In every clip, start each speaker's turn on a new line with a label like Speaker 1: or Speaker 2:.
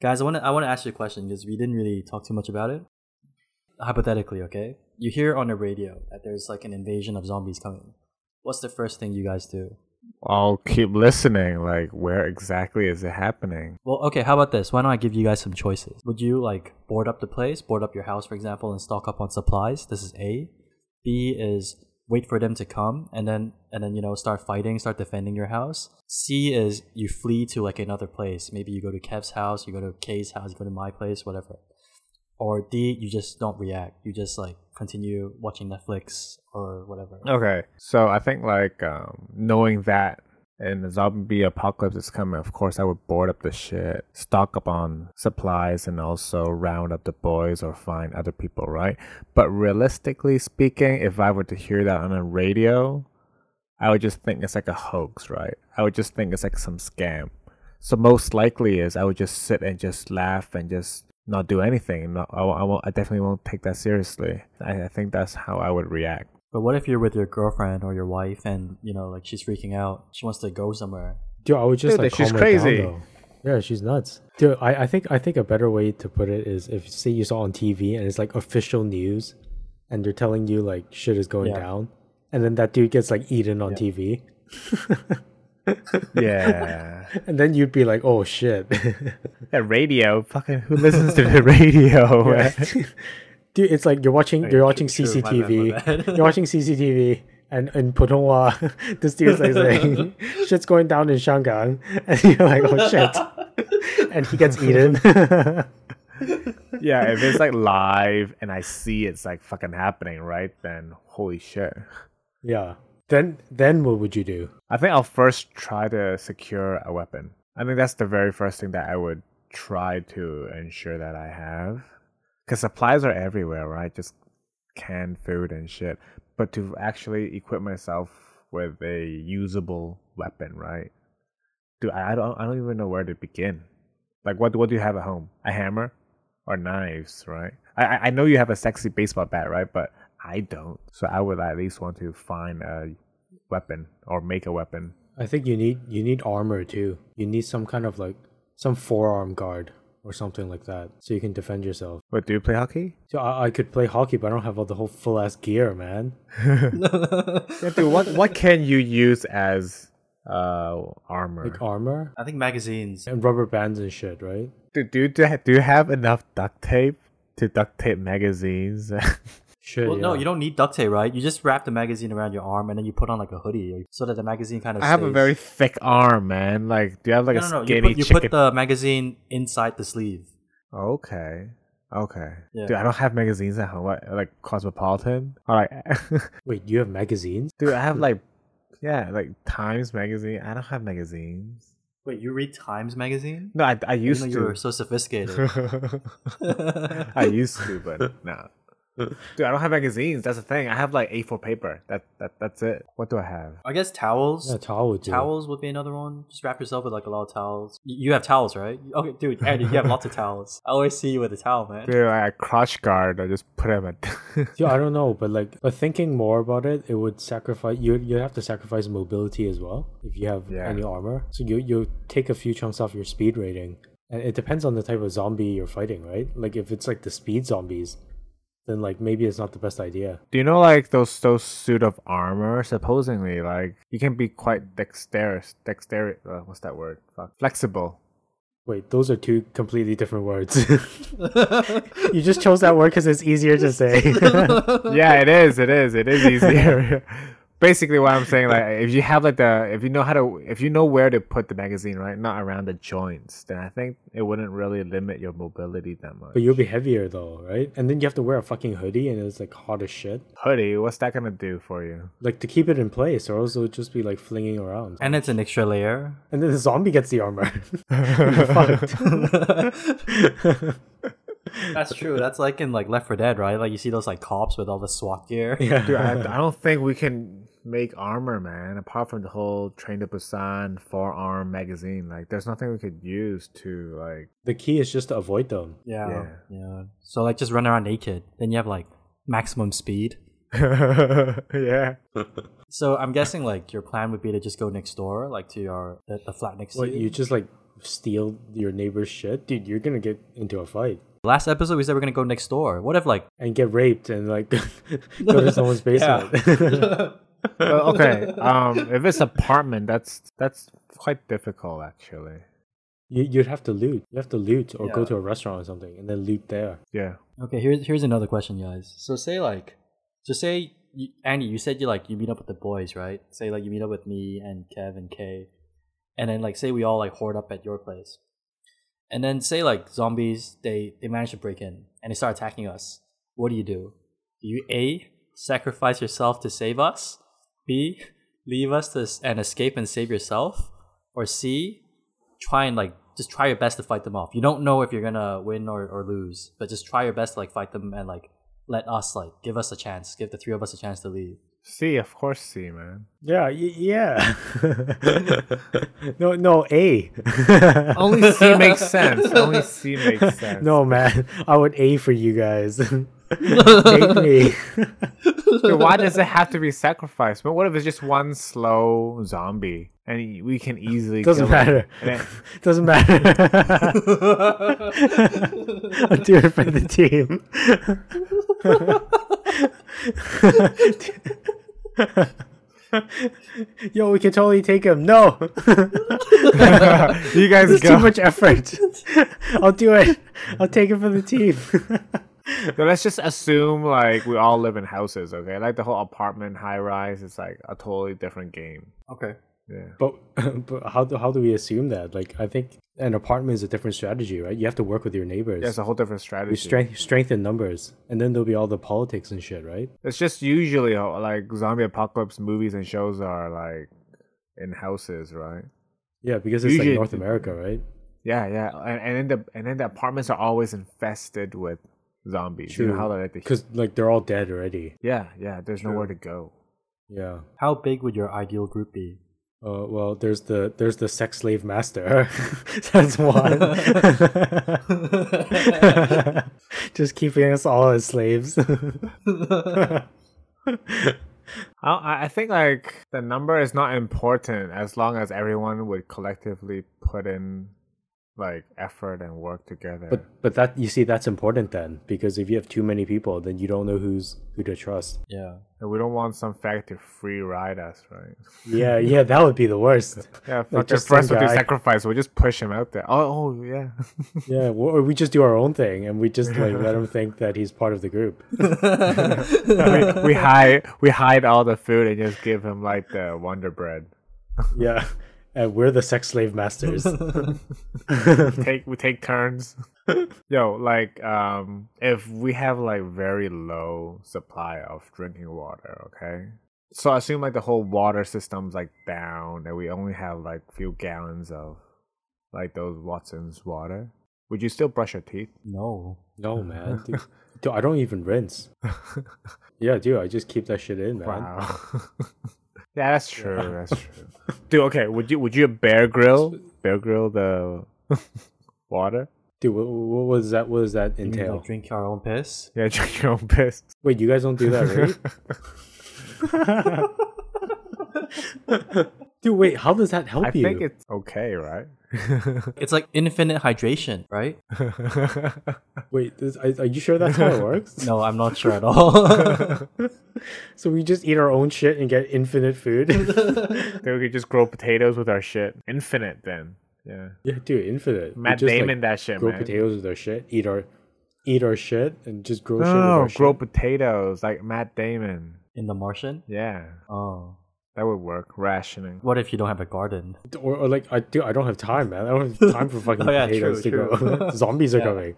Speaker 1: Guys, I want to I want to ask you a question because we didn't really talk too much about it. Hypothetically, okay? You hear on the radio that there's like an invasion of zombies coming. What's the first thing you guys do?
Speaker 2: I'll keep listening. Like, where exactly is it happening?
Speaker 1: Well, okay, how about this? Why don't I give you guys some choices? Would you like board up the place, board up your house, for example, and stock up on supplies? This is A. B is wait for them to come and then and then you know start fighting, start defending your house. C is you flee to like another place. Maybe you go to Kev's house, you go to Kay's house, you go to my place, whatever. Or D, you just don't react. You just like continue watching Netflix or whatever.
Speaker 2: Okay, so I think like um, knowing that and the zombie apocalypse is coming, of course I would board up the shit, stock up on supplies, and also round up the boys or find other people, right? But realistically speaking, if I were to hear that on a radio, I would just think it's like a hoax, right? I would just think it's like some scam. So most likely is I would just sit and just laugh and just not do anything. No, I, won't- I, won't, I definitely won't take that seriously. I, I think that's how I would react.
Speaker 1: But what if you're with your girlfriend or your wife and, you know, like she's freaking out. She wants to go somewhere.
Speaker 3: Dude, I would just
Speaker 2: Dude,
Speaker 3: like
Speaker 2: she's
Speaker 3: calm her down,
Speaker 2: crazy.
Speaker 3: though. yeah, she's nuts. Dude, I, I think I think a better way to put it is if say you saw on TV and it's like official news, and they're telling you like shit is going
Speaker 1: Yeah.
Speaker 3: down, and then that dude gets like eaten on TV,
Speaker 2: Yeah.
Speaker 3: and then you'd be like, oh shit,
Speaker 2: that radio, fucking who listens to the radio?
Speaker 3: dude. It's like you're watching you're watching
Speaker 1: true, true. My bad, my
Speaker 3: CCTV,
Speaker 1: bad.
Speaker 3: you're watching CCTV. And in Putonghua, this dude's like saying, shit's going down in Shanghai. And you're like, oh shit. and he gets eaten.
Speaker 2: yeah, if it's like live and I see it's like fucking happening, right? Then holy shit.
Speaker 3: yeah. Then then what would you do?
Speaker 2: I think I'll first try to secure a weapon. I think that's the very first thing that I would try to ensure that I have. Because supplies are everywhere, right? Just canned food and shit. But to actually equip myself with a usable weapon, right? Dude, I I don't, I don't even know where to begin. Like, what, what do you have at home? A hammer or knives, right? I, I- I know you have a sexy baseball bat, right? But I don't. So I would at least want to find a weapon or make a weapon.
Speaker 3: I think you need you need armor too. You need some kind of like some forearm guard or something like that, so you can defend yourself.
Speaker 2: Wait, do you play hockey?
Speaker 3: So I, I could play hockey, but I don't have all the whole full ass gear, man.
Speaker 2: Yeah, dude, what what can you use as uh armor?
Speaker 3: Like armor
Speaker 1: I think magazines.
Speaker 3: and rubber bands and shit, right?
Speaker 2: Dude, do you do, you- do you have enough duct tape to duct tape magazines?
Speaker 3: Shit.
Speaker 1: Well, no,
Speaker 3: yeah.
Speaker 1: you don't need duct tape, right? You just wrap the magazine around your arm and then you put on like a hoodie so that the magazine kind of.
Speaker 2: I have a
Speaker 1: stays-
Speaker 2: very thick arm, man. Like, do you have like
Speaker 1: no,
Speaker 2: a
Speaker 1: no, no.
Speaker 2: skinny
Speaker 1: You put, you
Speaker 2: chicken?
Speaker 1: put the magazine inside the sleeve.
Speaker 2: okay, okay.
Speaker 1: Yeah.
Speaker 2: Dude, I don't have magazines at home. What, like Cosmopolitan? All right,
Speaker 3: Wait, you have magazines?
Speaker 2: dude, I have like, yeah, like Times magazine. I don't have magazines.
Speaker 1: Wait, you read Times magazine?
Speaker 2: No, I I
Speaker 1: You
Speaker 2: used
Speaker 1: know
Speaker 2: to.
Speaker 1: you were so sophisticated.
Speaker 2: I used to, but no. Dude, I don't have magazines. That's the thing. I have like A4 paper. That that that's it. What do I have?
Speaker 1: I guess towels.
Speaker 3: Yeah, towel would do.
Speaker 1: Towels would be another one. Just wrap yourself with like a lot of towels. Y- You have towels, right? Okay, dude, Andy, you have lots of towels. I always see you with a towel, man.
Speaker 2: Dude, like a crotch guard. I just put him at.
Speaker 3: Yeah, I don't know, but like, but thinking more about it, it would sacrifice you. You have to sacrifice mobility as well if you have
Speaker 2: Yeah.
Speaker 3: any armor. So you you take a few chunks off your speed rating, and it depends on the type of zombie you're fighting, right? Like if it's like the speed zombies, then like maybe it's not the best idea.
Speaker 2: do you know like those those suit of armor? Supposedly, like you can be quite dexterous. Dexterous. Uh, what's that word? Fuck. Flexible.
Speaker 3: Wait, those are two completely different words. you just chose that word because it's easier to say.
Speaker 2: yeah, it is. It is. It is easier. Basically, what I'm saying, like, if you have like the, if you know how to, if you know where to put the magazine, right, not around the joints, then I think it wouldn't really limit your mobility that much.
Speaker 3: but you'll be heavier though, right? And then you have to wear a fucking hoodie, and it's like hot as shit.
Speaker 2: Hoodie, what's that gonna do for you?
Speaker 3: Like to keep it in place, or else it'll just be like flinging around.
Speaker 1: And it's an extra layer.
Speaker 3: And then the zombie gets the armor. You're fucked.
Speaker 1: That's true. That's like in like Left 4 Dead, right? Like you see those like cops with all the SWAT gear.
Speaker 2: Dude, I, I don't think we can make armor, man. Apart from the whole Train to Busan forearm magazine, like, there's nothing we could use to like.
Speaker 3: the key is just to avoid them.
Speaker 1: Yeah,
Speaker 2: Yeah.
Speaker 1: yeah. So like just run around naked. Then you have like maximum speed.
Speaker 2: yeah.
Speaker 1: So I'm guessing like your plan would be to just go next door, like to your the, the flat next
Speaker 3: What
Speaker 1: to
Speaker 3: you just like steal your neighbor's shit, dude? You're gonna get into a fight
Speaker 1: Last episode we said we're gonna go next door. What if like
Speaker 3: and get raped and like go to someone's basement.
Speaker 2: Well, okay. Um, if it's apartment, that's that's quite difficult actually.
Speaker 3: You, you'd have to loot. You have to loot or go
Speaker 1: Yeah.
Speaker 3: to a restaurant or something and then loot there.
Speaker 2: Yeah.
Speaker 1: Okay, here's here's another question, guys. So say like, so say you, Andy, you said you like you meet up with the boys, right? Say like you meet up with me and Kev and Kay, and then like say we all like hoard up at your place, and then say like zombies they they manage to break in and they start attacking us. What do you do? Do you a sacrifice yourself to save us? B leave us to s- and escape and save yourself, or C try and like just try your best to fight them off. You don't know if you're gonna win or, or lose, but just try your best to like fight them and like let us like give us a chance, give the three of us a chance to leave.
Speaker 2: C, of course, C, man.
Speaker 3: Yeah, y- yeah. no, no, A.
Speaker 2: Only C makes sense. Only C makes sense.
Speaker 3: No, man. I would A for you guys. Take me.
Speaker 2: Dude, why does it have to be sacrificed? But what if it's just one slow zombie and we can easily
Speaker 3: Doesn't
Speaker 2: kill it?
Speaker 3: matter.
Speaker 2: And then-
Speaker 3: Doesn't matter. I'll do it for the team. Yo, we can totally take him. No,
Speaker 2: you guys
Speaker 3: there's
Speaker 2: go.
Speaker 3: too much effort. I'll do it. I'll take it for the team.
Speaker 2: So let's just assume like we all live in houses, okay? Like the whole apartment high rise is like a totally different game.
Speaker 1: Okay.
Speaker 2: Yeah.
Speaker 3: But, but how do how do we assume that? Like, I think an apartment is a different strategy, right? You have to work with your neighbors.
Speaker 2: Yeah, it's a whole different strategy.
Speaker 3: you strength strength in numbers, and then there'll be all the politics and shit, right?
Speaker 2: It's just usually uh, like zombie apocalypse movies and shows are like in houses, right?
Speaker 3: Yeah, because it's
Speaker 2: Usually-
Speaker 3: like North America, right?
Speaker 2: Yeah, yeah, and and then the and then the apartments are always infested with zombies. You know
Speaker 3: True.
Speaker 2: how like the
Speaker 3: Because like they're all dead already.
Speaker 2: yeah, yeah. There's nowhere to go.
Speaker 3: Yeah.
Speaker 1: How big would your ideal group be?
Speaker 3: Uh, well, there's the there's the sex slave master. That's one. Just keeping us all as slaves.
Speaker 2: I- I I think like the number is not important as long as everyone would collectively put in like effort and work together.
Speaker 3: but but that you see that's important then because if you have too many people, then you don't know who's who to trust.
Speaker 1: Yeah.
Speaker 2: And we don't want some fact to free ride us, right?
Speaker 3: Yeah, yeah, that would be the worst.
Speaker 2: Yeah,
Speaker 3: Like,
Speaker 2: fucking
Speaker 3: just some
Speaker 2: first with the
Speaker 3: guy.
Speaker 2: sacrifice, we'll just push him out there. Oh, oh yeah.
Speaker 3: Yeah, w- or we just do our own thing and we just like let him think that he's part of the group.
Speaker 2: we, we hide we hide all the food and just give him like the Wonder Bread.
Speaker 3: Yeah, and we're the sex slave masters.
Speaker 2: take we take turns. Yo, like um if we have like very low supply of drinking water, okay? So assume like the whole water system's like down and we only have like few gallons of like those Watson's water. Would you still brush your teeth?
Speaker 1: No.
Speaker 3: No, man. Dude, dude, I don't even rinse. Yeah, dude, I just keep that shit in, man.
Speaker 2: Wow. yeah, that's true. That's true. Dude, okay, would you would you bear grill? Bear grill the water?
Speaker 3: Dude, what, what was that? What does that
Speaker 1: You mean,
Speaker 3: entail?
Speaker 1: like, drink our own piss?
Speaker 2: Yeah, drink your own piss.
Speaker 3: Wait, you guys don't do that, right? dude, wait, how does that help
Speaker 2: I
Speaker 3: you?
Speaker 2: think it's okay, right?
Speaker 1: It's like infinite hydration, right?
Speaker 3: wait, this, are, are you sure that's how it works?
Speaker 1: No, I'm not sure at all.
Speaker 3: So we just eat our own shit and get infinite food?
Speaker 2: Then we could just grow potatoes with our shit. Infinite then. Yeah.
Speaker 3: yeah, dude, infinite. We
Speaker 2: Matt
Speaker 3: just, like,
Speaker 2: Damon that shit,
Speaker 3: grow
Speaker 2: man.
Speaker 3: potatoes with our shit, eat our, eat our shit, and just grow shit.
Speaker 2: No,
Speaker 3: with
Speaker 2: no,
Speaker 3: our
Speaker 2: no, Oh, grow
Speaker 3: shit.
Speaker 2: potatoes like Matt Damon.
Speaker 1: In the Martian?
Speaker 2: Yeah.
Speaker 1: Oh.
Speaker 2: That would work. Rationing.
Speaker 1: What if you don't have a garden?
Speaker 3: Or, or like I do, I don't have time, man. I don't have time for fucking
Speaker 1: Oh, yeah,
Speaker 3: potatoes
Speaker 1: true,
Speaker 3: to grow.
Speaker 1: true.
Speaker 3: Zombies are
Speaker 1: Yeah.
Speaker 3: coming.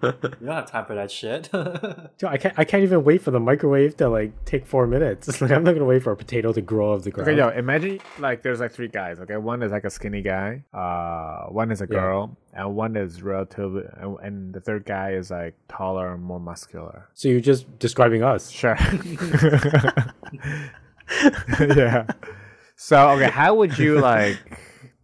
Speaker 1: You don't have time for that shit.
Speaker 3: Dude, I can't. I can't even wait for the microwave to like take four minutes. It's like I'm not gonna wait for a potato to grow off the ground.
Speaker 2: Okay, yo, imagine like there's like three guys. Okay, one is like a skinny guy, uh, one is a
Speaker 3: Yeah.
Speaker 2: girl, and one is relatively, and, and the third guy is like taller and more muscular.
Speaker 3: So you're just describing us.
Speaker 2: Sure. yeah. So okay, how would you like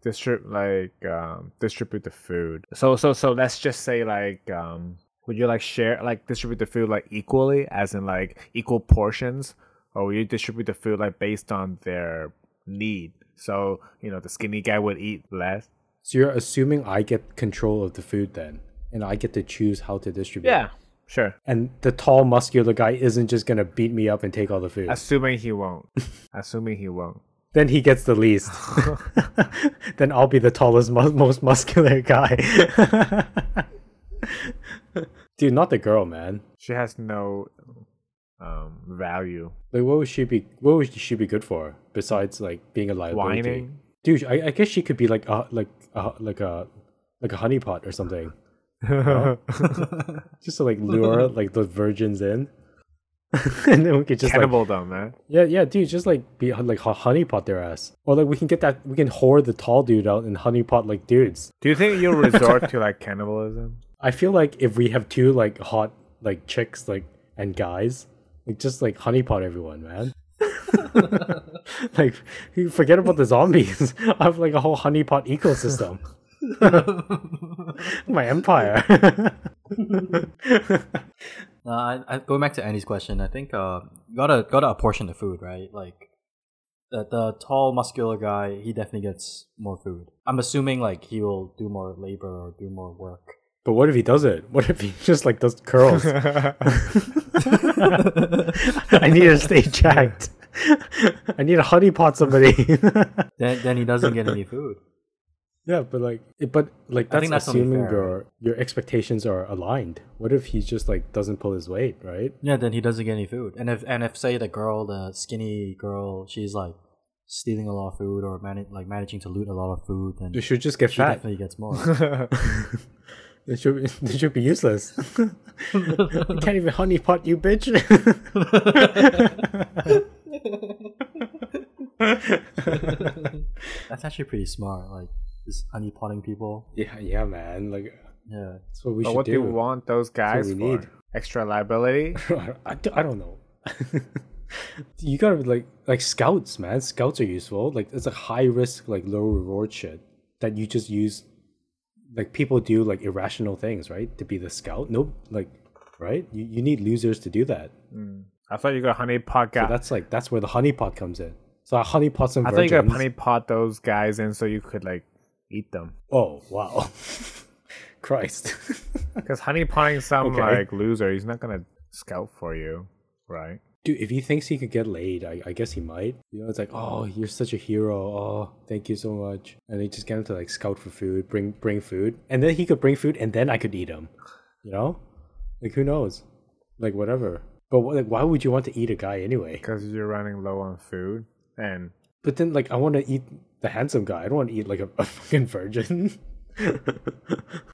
Speaker 2: distribute like um, distribute the food? So so so let's just say like um, Would you like share like distribute the food like equally, as in like equal portions, or would you distribute the food like based on their need? So you know the skinny guy would eat less.
Speaker 3: So you're assuming I get control of the food then, and I get to choose how to distribute.
Speaker 2: Yeah, sure.
Speaker 3: And the tall, muscular guy isn't just gonna beat me up and take all the food.
Speaker 2: Assuming he won't. Assuming he won't.
Speaker 3: then he gets the least. then I'll be the tallest, mu- most muscular guy. Dude, not the girl, man.
Speaker 2: She has no um value.
Speaker 3: Like, what would she be? What would she be good for besides like being a liability?
Speaker 2: Whining.
Speaker 3: Dude, I, I guess she could be like a like a like a like a honeypot or something, just to like lure like the virgins in, and then we could just like,
Speaker 2: Cannibal though, man.
Speaker 3: Yeah, yeah, dude, just like be like ho- honeypot their ass, or like we can get that we can whore the tall dude out and honeypot like dudes.
Speaker 2: Do you think you'll resort to like cannibalism?
Speaker 3: I feel like if we have two like hot like chicks like and guys, like just like honeypot everyone, man. like you forget about the zombies. I have like a whole honeypot ecosystem. My empire.
Speaker 1: Uh, I, I, going back to Andy's question, I think uh, gotta gotta apportion the food, right? Like the, the tall, muscular guy, he definitely gets more food. I'm assuming like he will do more labor or do more work.
Speaker 3: but what if he does it? What if he just like does curls? I need to stay jacked. I need a honeypot somebody.
Speaker 1: Then then he doesn't get any food.
Speaker 3: yeah, but like, it, but like
Speaker 1: I
Speaker 3: that's,
Speaker 1: think that's only
Speaker 3: assuming
Speaker 1: fair,
Speaker 3: your your expectations are aligned. What if he just like doesn't pull his weight, right?
Speaker 1: Yeah, then he doesn't get any food. And if and if say the girl, the skinny girl, she's like stealing a lot of food or mani- like managing to loot a lot of food, then
Speaker 3: They
Speaker 1: she
Speaker 3: should just get fat.
Speaker 1: definitely gets more.
Speaker 3: They should they should be useless. I can't even honeypot you, bitch.
Speaker 1: That's actually pretty smart. Like just honey potting people.
Speaker 3: yeah, yeah, man. Like
Speaker 1: Yeah.
Speaker 3: that's what we
Speaker 2: But
Speaker 3: should
Speaker 2: what do
Speaker 3: do.
Speaker 2: you want those guys
Speaker 3: we
Speaker 2: for?
Speaker 3: need.
Speaker 2: Extra liability?
Speaker 3: I, d- I don't know. you gotta like like scouts, man. Scouts are useful. Like it's a high risk, like low reward shit that you just use. Like people do like irrational things, right? To be the scout, nope. Like, right? You you need losers to do that.
Speaker 2: I thought you got honey pot
Speaker 3: So
Speaker 2: guy.
Speaker 3: that's like that's where the honeypot comes in. So I honeypot some
Speaker 2: I thought you
Speaker 3: virgins.
Speaker 2: got honey pot those guys in so you could like eat them.
Speaker 3: oh wow, Christ.
Speaker 2: Because honey potting some
Speaker 3: Okay.
Speaker 2: like loser, he's not gonna scout for you, right?
Speaker 3: Dude, if he thinks he could get laid, I, I guess he might. You know, it's like, oh, you're such a hero. Oh, thank you so much. And they just get him to like scout for food, bring bring food, and then he could bring food, and then I could eat him. You know, like who knows, like whatever. But wh- like, why would you want to eat a guy anyway?
Speaker 2: Because you're running low on food and
Speaker 3: But then, like, I want to eat the handsome guy. I don't want to eat like a, a fucking virgin.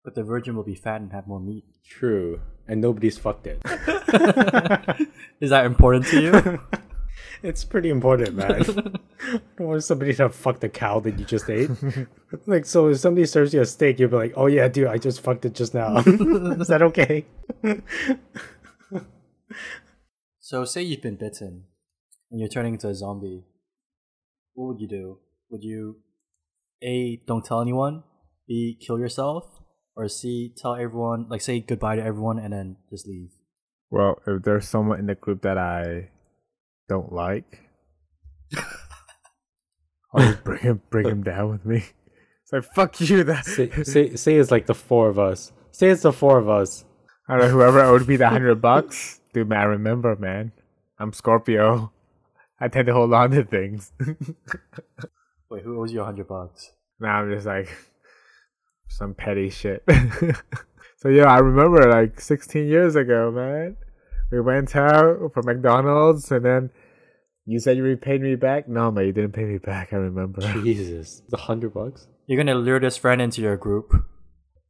Speaker 1: But the virgin will be fat and have more meat.
Speaker 3: True, and nobody's fucked it.
Speaker 1: Is that important to you?
Speaker 3: It's pretty important, man. I don't want somebody to fuck the cow that you just ate. like, so if somebody serves you a steak, you'll be like, oh yeah, dude, I just fucked it just now. Is that okay?
Speaker 1: so say you've been bitten and you're turning into a zombie. What would you do? Would you A don't tell anyone, B kill yourself, or C tell everyone like say goodbye to everyone and then just leave?
Speaker 2: Well, if there's someone in the group that I don't like, I'll just bring him bring him down with me. It's like fuck you. That
Speaker 3: Say, say, say it's like the four of us. Say it's the four of us.
Speaker 2: I don't know whoever owed me the hundred bucks. Dude, man, I remember, man. I'm Scorpio. I tend to hold on to things.
Speaker 1: Wait, who owes you a hundred bucks?
Speaker 2: now I'm just like some petty shit. so yeah, I remember like 16 years ago, man. We went out for McDonald's, and then you said you repaid me back. No, man, you didn't pay me back. I remember.
Speaker 3: Jesus, the hundred bucks.
Speaker 1: You're gonna lure this friend into your group.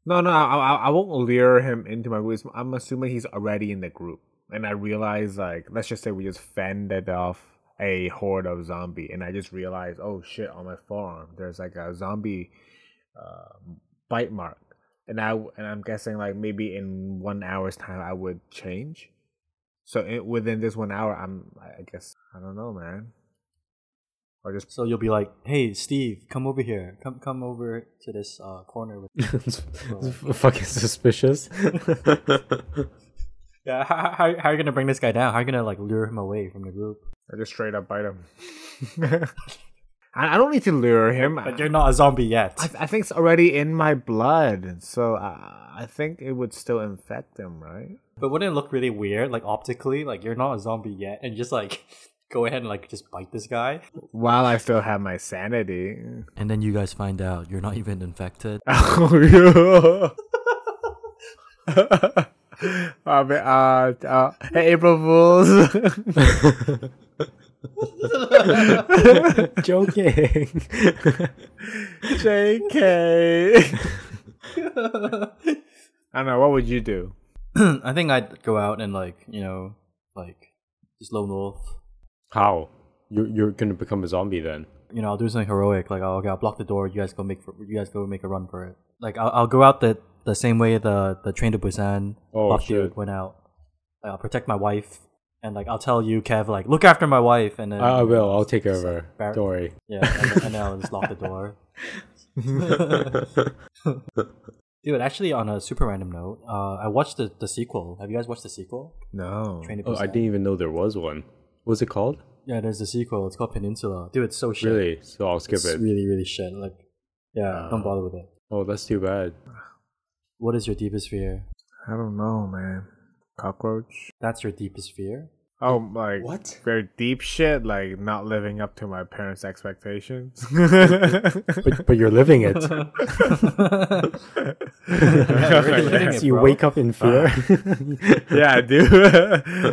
Speaker 2: No, no, I, I, I won't lure him into my group. It's- I'm assuming he's already in the group, and I realize like let's just say we just fended off a horde of zombie, and I just realized oh shit on my forearm there's like a zombie uh, bite mark, and I and I'm guessing like maybe in one hour's time I would change. So it, within this one hour, I'm I guess I don't know, man. Or just
Speaker 1: So you'll be like, "Hey, Steve, come over here. Come come over to this uh, corner." With-
Speaker 3: it's, it's fucking suspicious.
Speaker 1: yeah, how, how, how are you gonna bring this guy down? How are you gonna like lure him away from the group?
Speaker 2: or just straight up bite him. I, I don't need to lure him.
Speaker 1: But you're not a zombie yet.
Speaker 2: Uh, I, I think it's already in my blood, so I, I think it would still infect him, right?
Speaker 1: But wouldn't it look really weird, like optically, like you're not a zombie yet, and you just like go ahead and like just bite this guy,
Speaker 2: While I still have my sanity.
Speaker 1: and then you guys find out you're not even infected.
Speaker 2: Oh yeah. I mean, uh, uh, hey, April Fools.
Speaker 3: Joking.
Speaker 2: JK. I don't know. What would you do?
Speaker 1: I think I'd go out and like you know like just lone wolf.
Speaker 3: How? You're you're gonna become a zombie then?
Speaker 1: You know, I'll do something heroic. Like, oh, okay, I'll block the door. You guys go make for, you guys go make a run for it. Like, I'll, I'll go out the the same way the the train to Busan
Speaker 3: Oh,
Speaker 1: buff dude
Speaker 3: shit.
Speaker 1: went out. I'll protect my wife, and like I'll tell you, Kev, like look after my wife, and then
Speaker 3: I, I will. I'll take over.
Speaker 1: Bar-
Speaker 3: Don't worry.
Speaker 1: Yeah, and, and I'll just lock the door. Dude, actually, on a super random note, uh, I watched the, the sequel. Have you guys watched the sequel?
Speaker 2: No.
Speaker 1: Train to
Speaker 3: Oh, I
Speaker 1: Busan.
Speaker 3: didn't even know there was one. What's it called?
Speaker 1: Yeah, there's a sequel. It's called Peninsula. Dude, it's so shit.
Speaker 3: Really? So I'll skip
Speaker 1: It's
Speaker 3: it.
Speaker 1: really, really shit. Like, yeah, don't bother with it.
Speaker 3: Oh, that's too bad.
Speaker 1: What is your deepest fear?
Speaker 2: I don't know, man. Cockroach.
Speaker 1: That's your deepest fear?
Speaker 2: Oh, like
Speaker 3: What?
Speaker 2: Very deep shit, like not living up to my parents' expectations.
Speaker 3: But but you're living it.
Speaker 1: living it,
Speaker 3: you
Speaker 1: bro. Uh.
Speaker 3: wake up in fear.
Speaker 2: yeah, I do.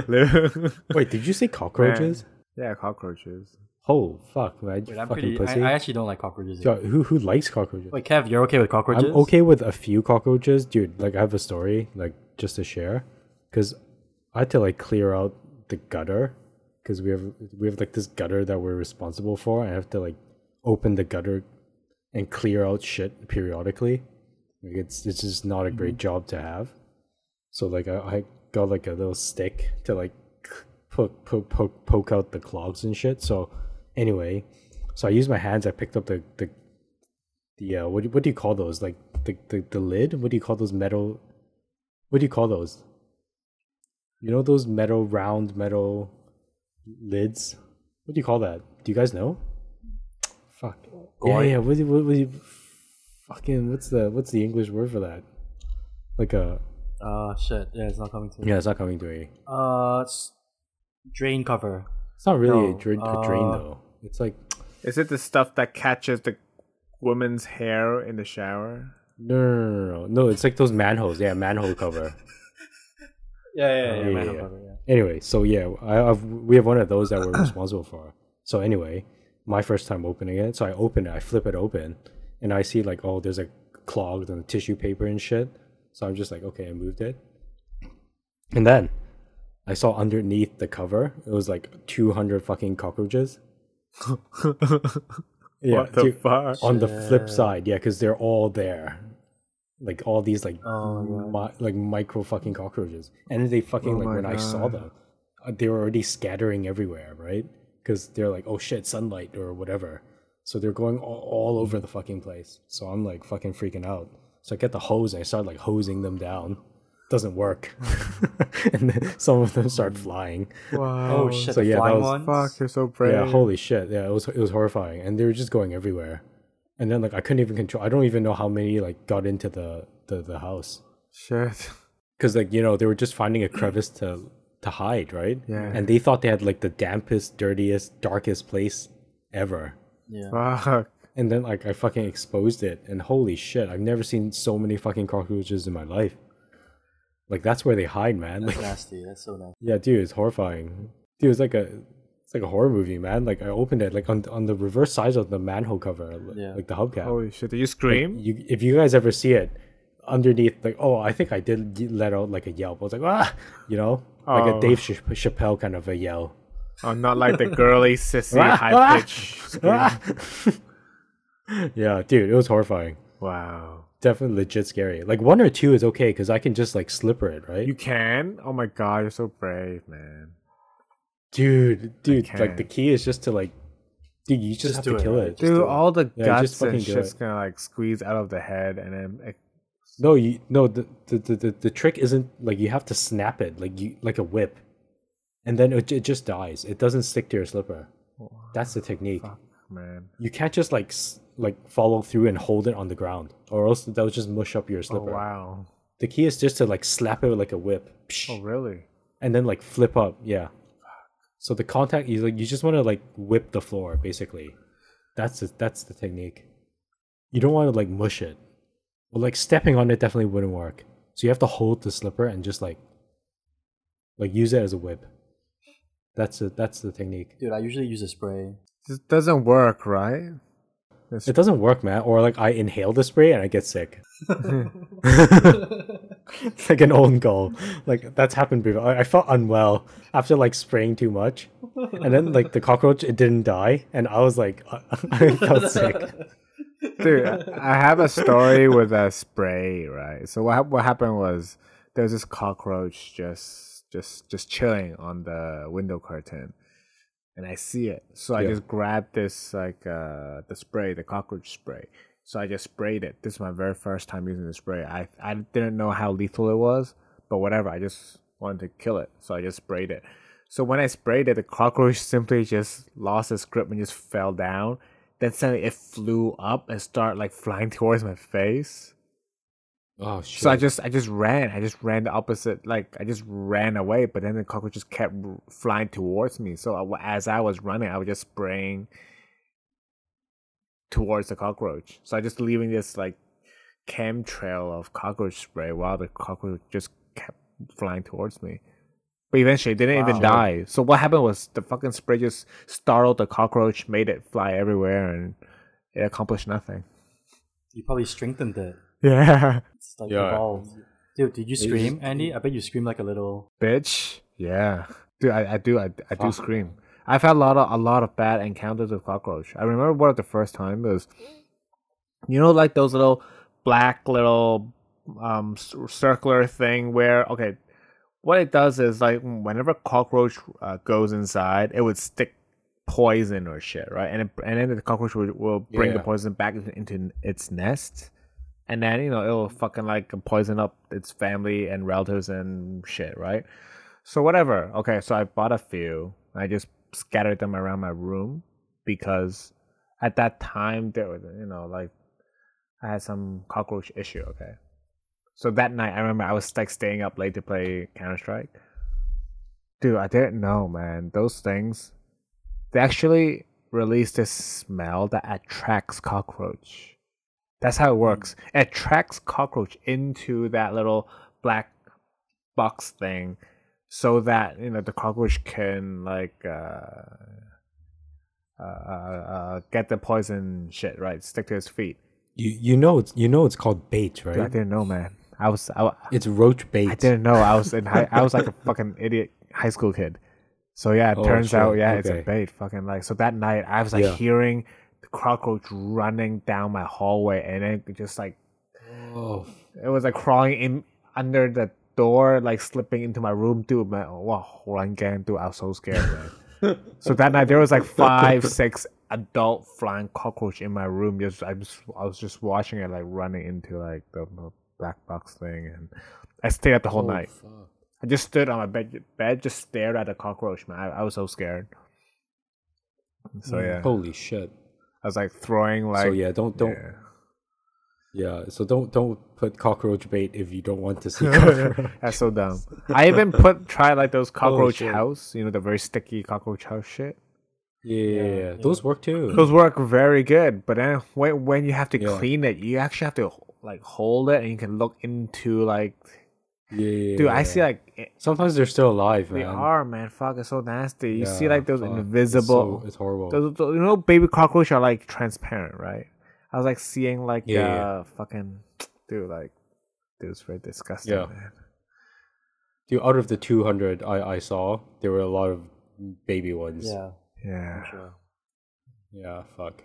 Speaker 2: Live-
Speaker 3: Wait, did you say cockroaches?
Speaker 2: yeah, cockroaches.
Speaker 3: Oh fuck, man! You
Speaker 1: Dude, I'm
Speaker 3: fucking
Speaker 1: pretty.
Speaker 3: pussy.
Speaker 1: I, I actually don't like cockroaches.
Speaker 3: Yo, who who likes cockroaches?
Speaker 1: Wait, Kev, you're okay with cockroaches?
Speaker 3: I'm okay with a few cockroaches, dude. Like I have a story, like just to share, because I had to like clear out the gutter, because we have we have like this gutter that we're responsible for. I have to like open the gutter and clear out shit periodically. Like it's it's just not a great job to have. So like I, I got like a little stick to like poke poke poke poke out the clogs and shit. So anyway, so I used my hands. I picked up the the the uh, what do- what do you call those? Like the, the the lid? What do you call those metal? What do you call those? You know those metal round metal lids. What do you call that? Do you guys know? Fuck. Yeah,
Speaker 1: Gourd?
Speaker 3: yeah. What do you- what, what do you? Fucking what's the what's the English word for that? Like a
Speaker 1: Uh, shit. Yeah, it's not coming to me.
Speaker 3: yeah, it's not coming to me.
Speaker 1: Uh, it's drain cover.
Speaker 3: It's not really
Speaker 1: No,
Speaker 3: a, drain, a drain
Speaker 1: uh,
Speaker 3: though. It's like
Speaker 2: Is it the stuff that catches the woman's hair in the shower?
Speaker 3: no, no, no, no, no. no it's like those manholes. Yeah, manhole cover.
Speaker 1: Yeah, yeah,
Speaker 3: yeah,
Speaker 1: yeah.
Speaker 3: yeah, yeah. anyway, so yeah, I, I've, we have one of those that we're responsible for. So anyway, my first time opening it, so I open it, I flip it open, and I see like, oh, there's a clogged on the tissue paper and shit. So I'm just like, okay, I moved it, and then I saw underneath the cover, it was like 200 fucking cockroaches. yeah,
Speaker 2: what the
Speaker 3: dude, Oh,
Speaker 2: fuck?
Speaker 3: on the flip side, yeah, because they're all there. Like all these like
Speaker 1: Oh,
Speaker 3: mi- like micro fucking cockroaches, and then they fucking
Speaker 2: Oh
Speaker 3: like
Speaker 2: my
Speaker 3: when I saw
Speaker 2: God.
Speaker 3: them, uh, they were already scattering everywhere, right? Because they're like, oh shit, sunlight or whatever. So they're going all, all over the fucking place. So I'm like fucking freaking out. So I get the hose and I start like hosing them down. Doesn't work, and then some of them
Speaker 2: Mm.
Speaker 3: start flying.
Speaker 2: Wow.
Speaker 1: Oh shit,
Speaker 3: so
Speaker 1: the
Speaker 3: yeah, that
Speaker 1: flying
Speaker 3: was-
Speaker 1: ones.
Speaker 2: Fuck, you're so brave.
Speaker 3: Yeah, holy shit. Yeah, it was it was horrifying, and they were just going everywhere. And then like I couldn't even control. I don't even know how many like got into the the, the house
Speaker 2: shit.
Speaker 3: because like you know they were just finding a crevice to to hide, right?
Speaker 2: Yeah.
Speaker 3: And they thought they had like the dampest, dirtiest, darkest place ever.
Speaker 1: Yeah.
Speaker 2: Fuck.
Speaker 3: And then like I fucking exposed it, and holy shit, I've never seen so many fucking cockroaches in my life. Like that's where they hide, man. Like
Speaker 1: That's nasty. That's so nasty.
Speaker 3: yeah, dude, it's horrifying. Dude, it's like a it's like a horror movie, man. Like I opened it like on on the reverse side of the manhole cover, li-
Speaker 1: Yeah. Oh,
Speaker 3: like the hubcap.
Speaker 2: Holy shit. Did you scream?
Speaker 3: You if you guys ever see it underneath, like oh, I think I did y- let out like a yelp. I was like ah, you know, like a
Speaker 2: Oh.
Speaker 3: Dave Ch- Chappelle kind of a yell.
Speaker 2: Oh, not like the girly, sissy,
Speaker 3: Ah, ah,
Speaker 2: high pitch scream.
Speaker 3: Ah! yeah, dude, it was horrifying.
Speaker 2: Wow.
Speaker 3: Definitely legit scary. Like one or two is okay because I can just like slipper it, right?
Speaker 2: You can? Oh my god, you're so brave, man.
Speaker 3: dude dude like the
Speaker 2: can't.
Speaker 3: key is just to like Dude, you just,
Speaker 1: Just
Speaker 3: have
Speaker 1: do
Speaker 3: to
Speaker 1: it,
Speaker 3: kill
Speaker 1: right?
Speaker 3: it. Just
Speaker 2: Dude,
Speaker 3: do it.
Speaker 2: all the
Speaker 3: Yeah,
Speaker 2: guts
Speaker 3: just
Speaker 2: and
Speaker 3: fucking do
Speaker 2: shit's
Speaker 3: it.
Speaker 2: gonna like squeeze out of the head, and then eh, it,
Speaker 3: No, you no the, the, the, the, the trick isn't like you have to snap it like you like a whip. And then it, it just dies. It doesn't stick to your slipper. That's the technique.
Speaker 2: fuck, man.
Speaker 3: You can't just like s- like follow through and hold it on the ground, or else they'll just mush up your
Speaker 2: Oh
Speaker 3: slipper.
Speaker 2: wow.
Speaker 3: The key is just to like slap it like a whip, Psh,
Speaker 2: Oh really?
Speaker 3: and then like flip up. Yeah. So the contact you like you just want to like whip the floor basically. That's the, that's the technique. You don't want to like mush it. But like stepping on it definitely wouldn't work. So you have to hold the slipper and just like like use it as a whip. That's it. That's the technique.
Speaker 1: Dude, I usually use a spray.
Speaker 2: This doesn't work, right?
Speaker 3: It doesn't work, man. Or like I inhale the spray and I get sick. like an own goal. Like that's happened before. I, I felt unwell after like spraying too much, and then like the cockroach it didn't die, and I was like I, I felt sick.
Speaker 2: Dude, I I have a story with a spray, right? So what hap- what happened was there was this cockroach just just just chilling on the window curtain, and I see it. So I
Speaker 3: Yeah.
Speaker 2: just grabbed this like uh the spray, the cockroach spray. So I just sprayed it. This is my very first time using the spray. I I didn't know how lethal it was, but whatever. I just wanted to kill it, so I just sprayed it. So when I sprayed it, the cockroach simply just lost its grip and just fell down. Then suddenly it flew up and started like flying towards my face.
Speaker 3: Oh shit!
Speaker 2: So I just I just ran. I just ran the opposite. Like I just ran away, but then the cockroach just kept r- flying towards me. So I, as I was running, I was just spraying towards the cockroach. So I just leaving this like chemtrail of cockroach spray while the cockroach just kept flying towards me. But eventually, it didn't
Speaker 1: Wow.
Speaker 2: even die. So what happened was the fucking spray just startled the cockroach, made it fly everywhere, and it accomplished nothing.
Speaker 1: You probably strengthened it.
Speaker 2: Yeah,
Speaker 1: It's like
Speaker 3: Yeah.
Speaker 1: evolved. Dude, did you
Speaker 3: just-
Speaker 1: scream, Andy? I bet you screamed like a little.
Speaker 2: bitch. Yeah, dude, I, I do, I, I do
Speaker 3: Fuck.
Speaker 2: scream. I've had a lot of a lot of bad encounters with cockroach. I remember one of the first time was, you know, like those little black little um c- circular thing where okay, what it does is like whenever cockroach uh, goes inside, it would stick poison or shit, right? And it, and then the cockroach will, will bring the
Speaker 3: Yeah.
Speaker 2: poison back into, into its nest, and then you know it'll fucking like poison up its family and relatives and shit, right? So whatever. Okay, so I bought a few. I just scattered them around my room because at that time there was you know like I had some cockroach issue. Okay, so that night I remember I was like staying up late to play Counter Strike. Dude, I didn't know, man. Those things, they actually release this smell that attracts cockroach. That's how it works. It attracts cockroach into that little black box thing, so that you know the cockroach can like uh, uh, uh, uh, get the poison shit right, stick to his feet.
Speaker 3: you you know it's you know it's called bait,
Speaker 2: Dude, I
Speaker 3: right?
Speaker 2: didn't know, man. I was I,
Speaker 3: It's roach bait.
Speaker 2: I didn't know. I was in high, I was like a fucking idiot high school kid. So yeah, it
Speaker 3: Oh,
Speaker 2: turns
Speaker 3: shit.
Speaker 2: out yeah, it's a
Speaker 3: Okay.
Speaker 2: bait. Fucking like so that night I was like
Speaker 3: Yeah.
Speaker 2: hearing the cockroach running down my hallway, and then it just like
Speaker 3: Oh,
Speaker 2: it was like crawling in under the door, like slipping into my room, dude. Man, wow, one gang, dude, I was so scared, man. so that night there was like five, six adult flying cockroach in my room. Just I just I was just watching it like running into like the the black box thing, and I stayed up the whole
Speaker 3: oh,
Speaker 2: night.
Speaker 3: fuck.
Speaker 2: I just stood on my bed, bed just stared at the cockroach, man. I, I was so scared. So yeah,
Speaker 3: Holy shit!
Speaker 2: I was like throwing like
Speaker 3: Mm. so yeah, don't don't
Speaker 2: yeah.
Speaker 3: yeah. So don't don't put cockroach bait if you don't want to see cockroach.
Speaker 2: That's so dumb. I even put try like those cockroach
Speaker 3: shit.
Speaker 2: house, you know, the very sticky cockroach house shit.
Speaker 3: Yeah, yeah, yeah,
Speaker 1: Yeah,
Speaker 3: Those work too.
Speaker 2: Those work very good, but then when when you have to
Speaker 3: Yeah.
Speaker 2: clean it, you actually have to like hold it, and you can look into like,
Speaker 3: yeah, yeah,
Speaker 2: dude,
Speaker 3: yeah.
Speaker 2: I see like it-
Speaker 3: Sometimes they're still alive, man.
Speaker 2: they are man, fuck, it's so nasty. You see
Speaker 3: Yeah,
Speaker 2: like those
Speaker 3: fuck. It's
Speaker 2: invisible,
Speaker 3: so- It's, horrible.
Speaker 2: those, those- you know, baby cockroach are like transparent, right? I was like seeing like
Speaker 3: Yeah,
Speaker 2: uh,
Speaker 3: yeah,
Speaker 2: fucking dude, like dude, it's very disgusting.
Speaker 3: Yeah.
Speaker 2: man.
Speaker 3: Dude, out of the 200 I, I saw, there were a lot of baby ones.
Speaker 1: Yeah,
Speaker 2: yeah.
Speaker 1: sure.
Speaker 3: Yeah, fuck.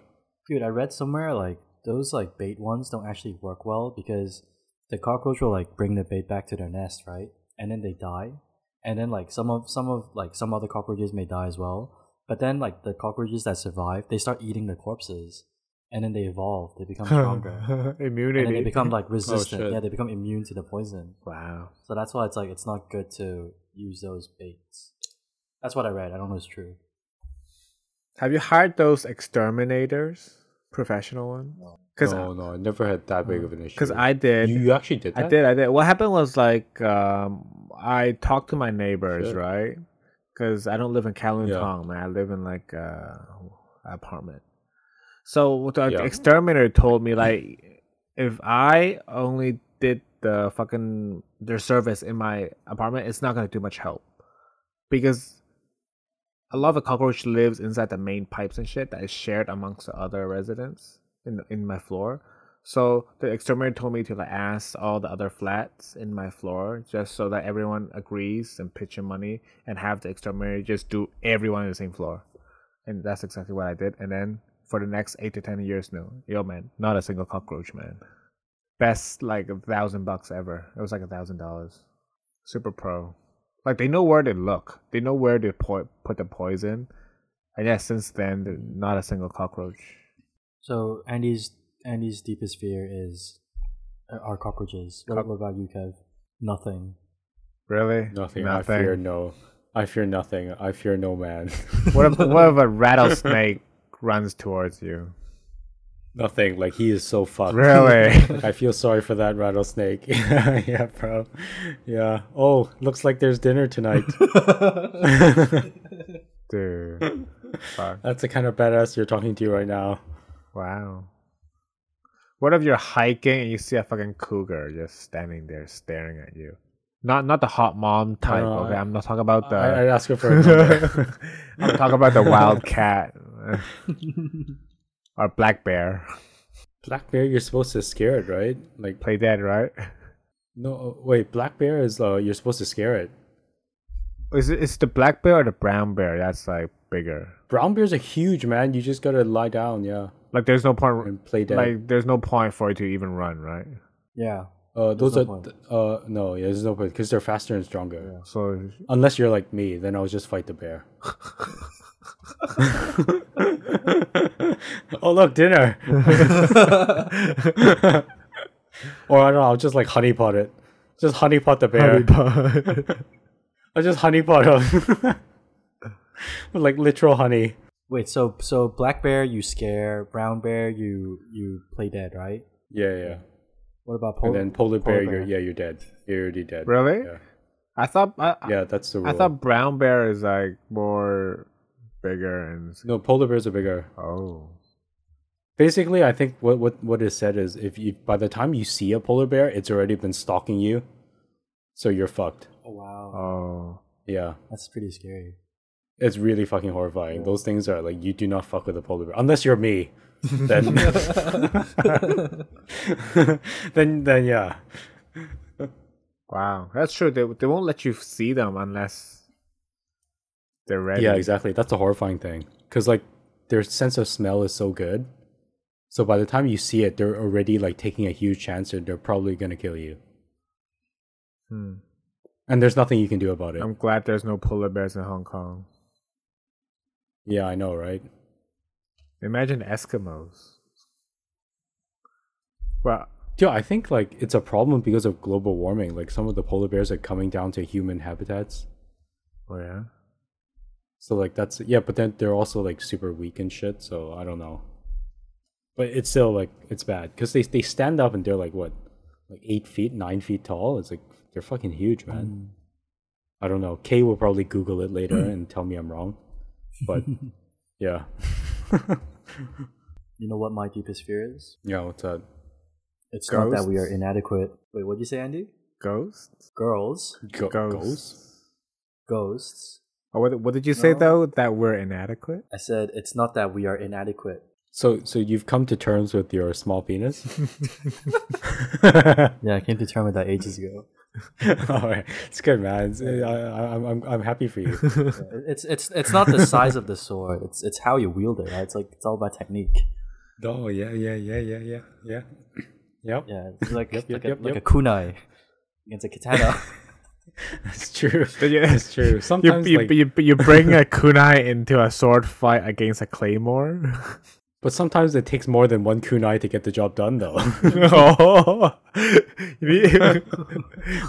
Speaker 1: Dude, I read somewhere like those like bait ones don't actually work well because the cockroach will like bring the bait back to their nest, right? And then they die. And then like some of some of like some other cockroaches may die as well. But then, like the cockroaches that survive, they start eating the corpses, and then they evolve. They become stronger, and then
Speaker 2: Immunity.
Speaker 1: they become like resistant.
Speaker 3: shit.
Speaker 1: yeah, they become immune to the poison.
Speaker 2: wow.
Speaker 1: So that's why it's like it's not good to use those baits. That's what I read. I don't know if it's true.
Speaker 2: Have you hired those exterminators, professional ones? Because
Speaker 3: no, no, I never had that big of an issue.
Speaker 2: Mm, I did.
Speaker 3: you, you actually did that.
Speaker 2: I did. I did. What happened was like um, I talked to my neighbors,
Speaker 3: Shit.
Speaker 2: right? Because I don't live in
Speaker 3: Yeah.
Speaker 2: Kalimpong, man. I live in like uh, apartment. So the
Speaker 3: Yeah.
Speaker 2: exterminator told me like, if I only did the fucking their service in my apartment, it's not gonna do much help because a lot of the cockroach lives inside the main pipes and shit that is shared amongst the other residents in in my floor. So the exterminator told me to like ask all the other flats in my floor just so that everyone agrees and pitch in money and have the exterminator just do everyone in the same floor. And that's exactly what I did. And then for the next eight to ten years, no, yo man, not a single cockroach, man. Best like a thousand bucks ever. It was like a thousand dollars. Super pro. Like they know where they look. They know where to po- put the poison. And yeah, since then, th- not a single cockroach.
Speaker 1: So Andy's Andy's deepest fear is uh, are cockroaches. What, what about you, Kev? Nothing.
Speaker 2: Really?
Speaker 3: nothing. I fear no. I fear nothing. I fear no man.
Speaker 2: what if what if a rattlesnake runs towards you?
Speaker 3: nothing. Like he is so fucked.
Speaker 2: Really?
Speaker 3: Like, I feel sorry for that rattlesnake. yeah, bro. Yeah. Oh, looks like there's dinner tonight.
Speaker 2: Dude. Fuck.
Speaker 3: That's the kind of badass you're talking to right now.
Speaker 2: Wow. What if you're hiking and you see a fucking cougar just standing there staring at you? Not not the hot mom type.
Speaker 3: no,
Speaker 2: okay,
Speaker 3: I-
Speaker 2: I'm not talking about the.
Speaker 3: Uh,
Speaker 1: Uh,
Speaker 3: I, I'd ask her for a number.
Speaker 2: I'm talking about the wild cat or black bear.
Speaker 3: Black bear, you're supposed to scare it, right? Like
Speaker 2: Play dead, right?
Speaker 3: no, uh, wait. Black bear is uh, you're supposed to scare it.
Speaker 2: Is it is the black bear or the brown bear? That's like bigger.
Speaker 3: Brown bears are huge, man. You just gotta lie down, yeah,
Speaker 2: Like there's no point.
Speaker 3: and play dead.
Speaker 2: Like there's no point for it to even run, right?
Speaker 1: Yeah.
Speaker 3: uh, those
Speaker 1: no
Speaker 3: are
Speaker 1: point.
Speaker 3: th- uh, no, yeah, there's no point because they're faster and stronger.
Speaker 2: So
Speaker 3: Unless you're like me, then I'll just fight the bear. oh look, dinner. or I don't know. I'll just like honeypot it. Just honeypot the bear. I just honeypot him. With, like literal honey.
Speaker 1: Wait. So so black bear you scare, brown bear you you play dead, right?
Speaker 3: Yeah, yeah.
Speaker 1: What about
Speaker 3: And
Speaker 1: polar?
Speaker 3: then polar bear,
Speaker 1: polar
Speaker 3: You're, yeah, you're dead. You're already dead.
Speaker 2: Really?
Speaker 3: Yeah,
Speaker 2: I thought I, I-
Speaker 3: yeah that's the rule.
Speaker 2: I thought brown bear is like more bigger and
Speaker 3: no, polar bears are bigger.
Speaker 2: oh
Speaker 3: Basically, I think what what what is said is if you by the time you see a polar bear, it's already been stalking you, so you're fucked.
Speaker 1: oh wow,
Speaker 2: oh
Speaker 3: Yeah,
Speaker 1: that's pretty scary.
Speaker 3: it's really fucking horrifying. Those things are like you do not fuck with a polar bear unless you're me. Then, then, then, yeah.
Speaker 2: wow that's true. They they won't let you see them unless they're ready.
Speaker 3: Yeah, exactly. That's the horrifying thing. Because, like, their sense of smell is so good. So by the time you see it, they're already, like, taking a huge chance and they're probably going to kill you.
Speaker 2: Hmm.
Speaker 3: And there's nothing you can do about it.
Speaker 2: I'm glad there's no polar bears in Hong Kong.
Speaker 3: yeah, I know, right?
Speaker 2: Imagine Eskimos. Well,
Speaker 3: Yeah, I think, like, it's a problem because of global warming. Like, some of the polar bears are coming down to human habitats.
Speaker 2: oh yeah.
Speaker 3: So, like, that's, yeah, but then they're also, like, super weak and shit. So I don't know. But it's still, like, it's bad. Because they, they stand up and they're, like, what? Like, eight feet, nine feet tall? It's, like, they're fucking huge, man. I don't know. Kay will probably Google it later and tell me I'm wrong. But yeah.
Speaker 1: You know what my deepest fear is?
Speaker 3: Yeah, what's that?
Speaker 1: It's not that we are
Speaker 2: Ghosts?
Speaker 1: inadequate. Wait, what did you say, Andy?
Speaker 2: Ghosts.
Speaker 1: Girls,
Speaker 3: Go-
Speaker 2: Ghosts.
Speaker 1: ghosts.
Speaker 2: Oh, what, what did you say
Speaker 1: No.
Speaker 2: though? That we're inadequate.
Speaker 1: I said it's not that we are inadequate.
Speaker 3: So so you've come to terms with your small penis?
Speaker 1: Yeah, I came to terms with that ages ago.
Speaker 3: All right. It's good, man. It's, I, I, I'm- I'm, I'm happy for you.
Speaker 1: It's it's it's not the size of the sword. It's it's how you wield it. Right? It's like it's all about technique.
Speaker 3: oh, yeah, yeah, yeah, yeah, yeah, yeah. Yep.
Speaker 1: Yeah, it's like
Speaker 3: Yep,
Speaker 1: like,
Speaker 3: yep,
Speaker 1: a,
Speaker 3: yep,
Speaker 1: like a
Speaker 3: yep.
Speaker 1: kunai against a katana.
Speaker 3: That's true.
Speaker 2: But you-
Speaker 3: That's true.
Speaker 2: You,
Speaker 3: Sometimes,
Speaker 2: you,
Speaker 3: like,
Speaker 2: you, you bring a kunai into a sword fight against a claymore.
Speaker 3: but sometimes it takes more than one kunai to get the job done, though.
Speaker 2: oh, You-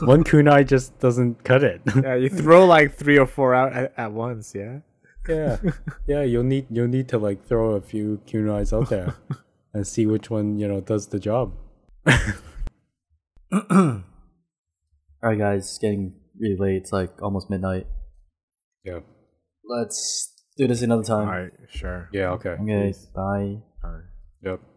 Speaker 3: one kunai just doesn't cut it.
Speaker 2: yeah, you throw like three or four out at, at once. Yeah,
Speaker 3: yeah, yeah. You'll need you'll need to like throw a few kunais out there and see which one you know does the job.
Speaker 1: All right, guys, it's getting really late. It's like almost midnight.
Speaker 3: Yeah.
Speaker 1: Let's do this another time.
Speaker 2: all right, sure.
Speaker 3: Yeah. Okay.
Speaker 1: Okay, bye.
Speaker 2: All right.
Speaker 3: Yep.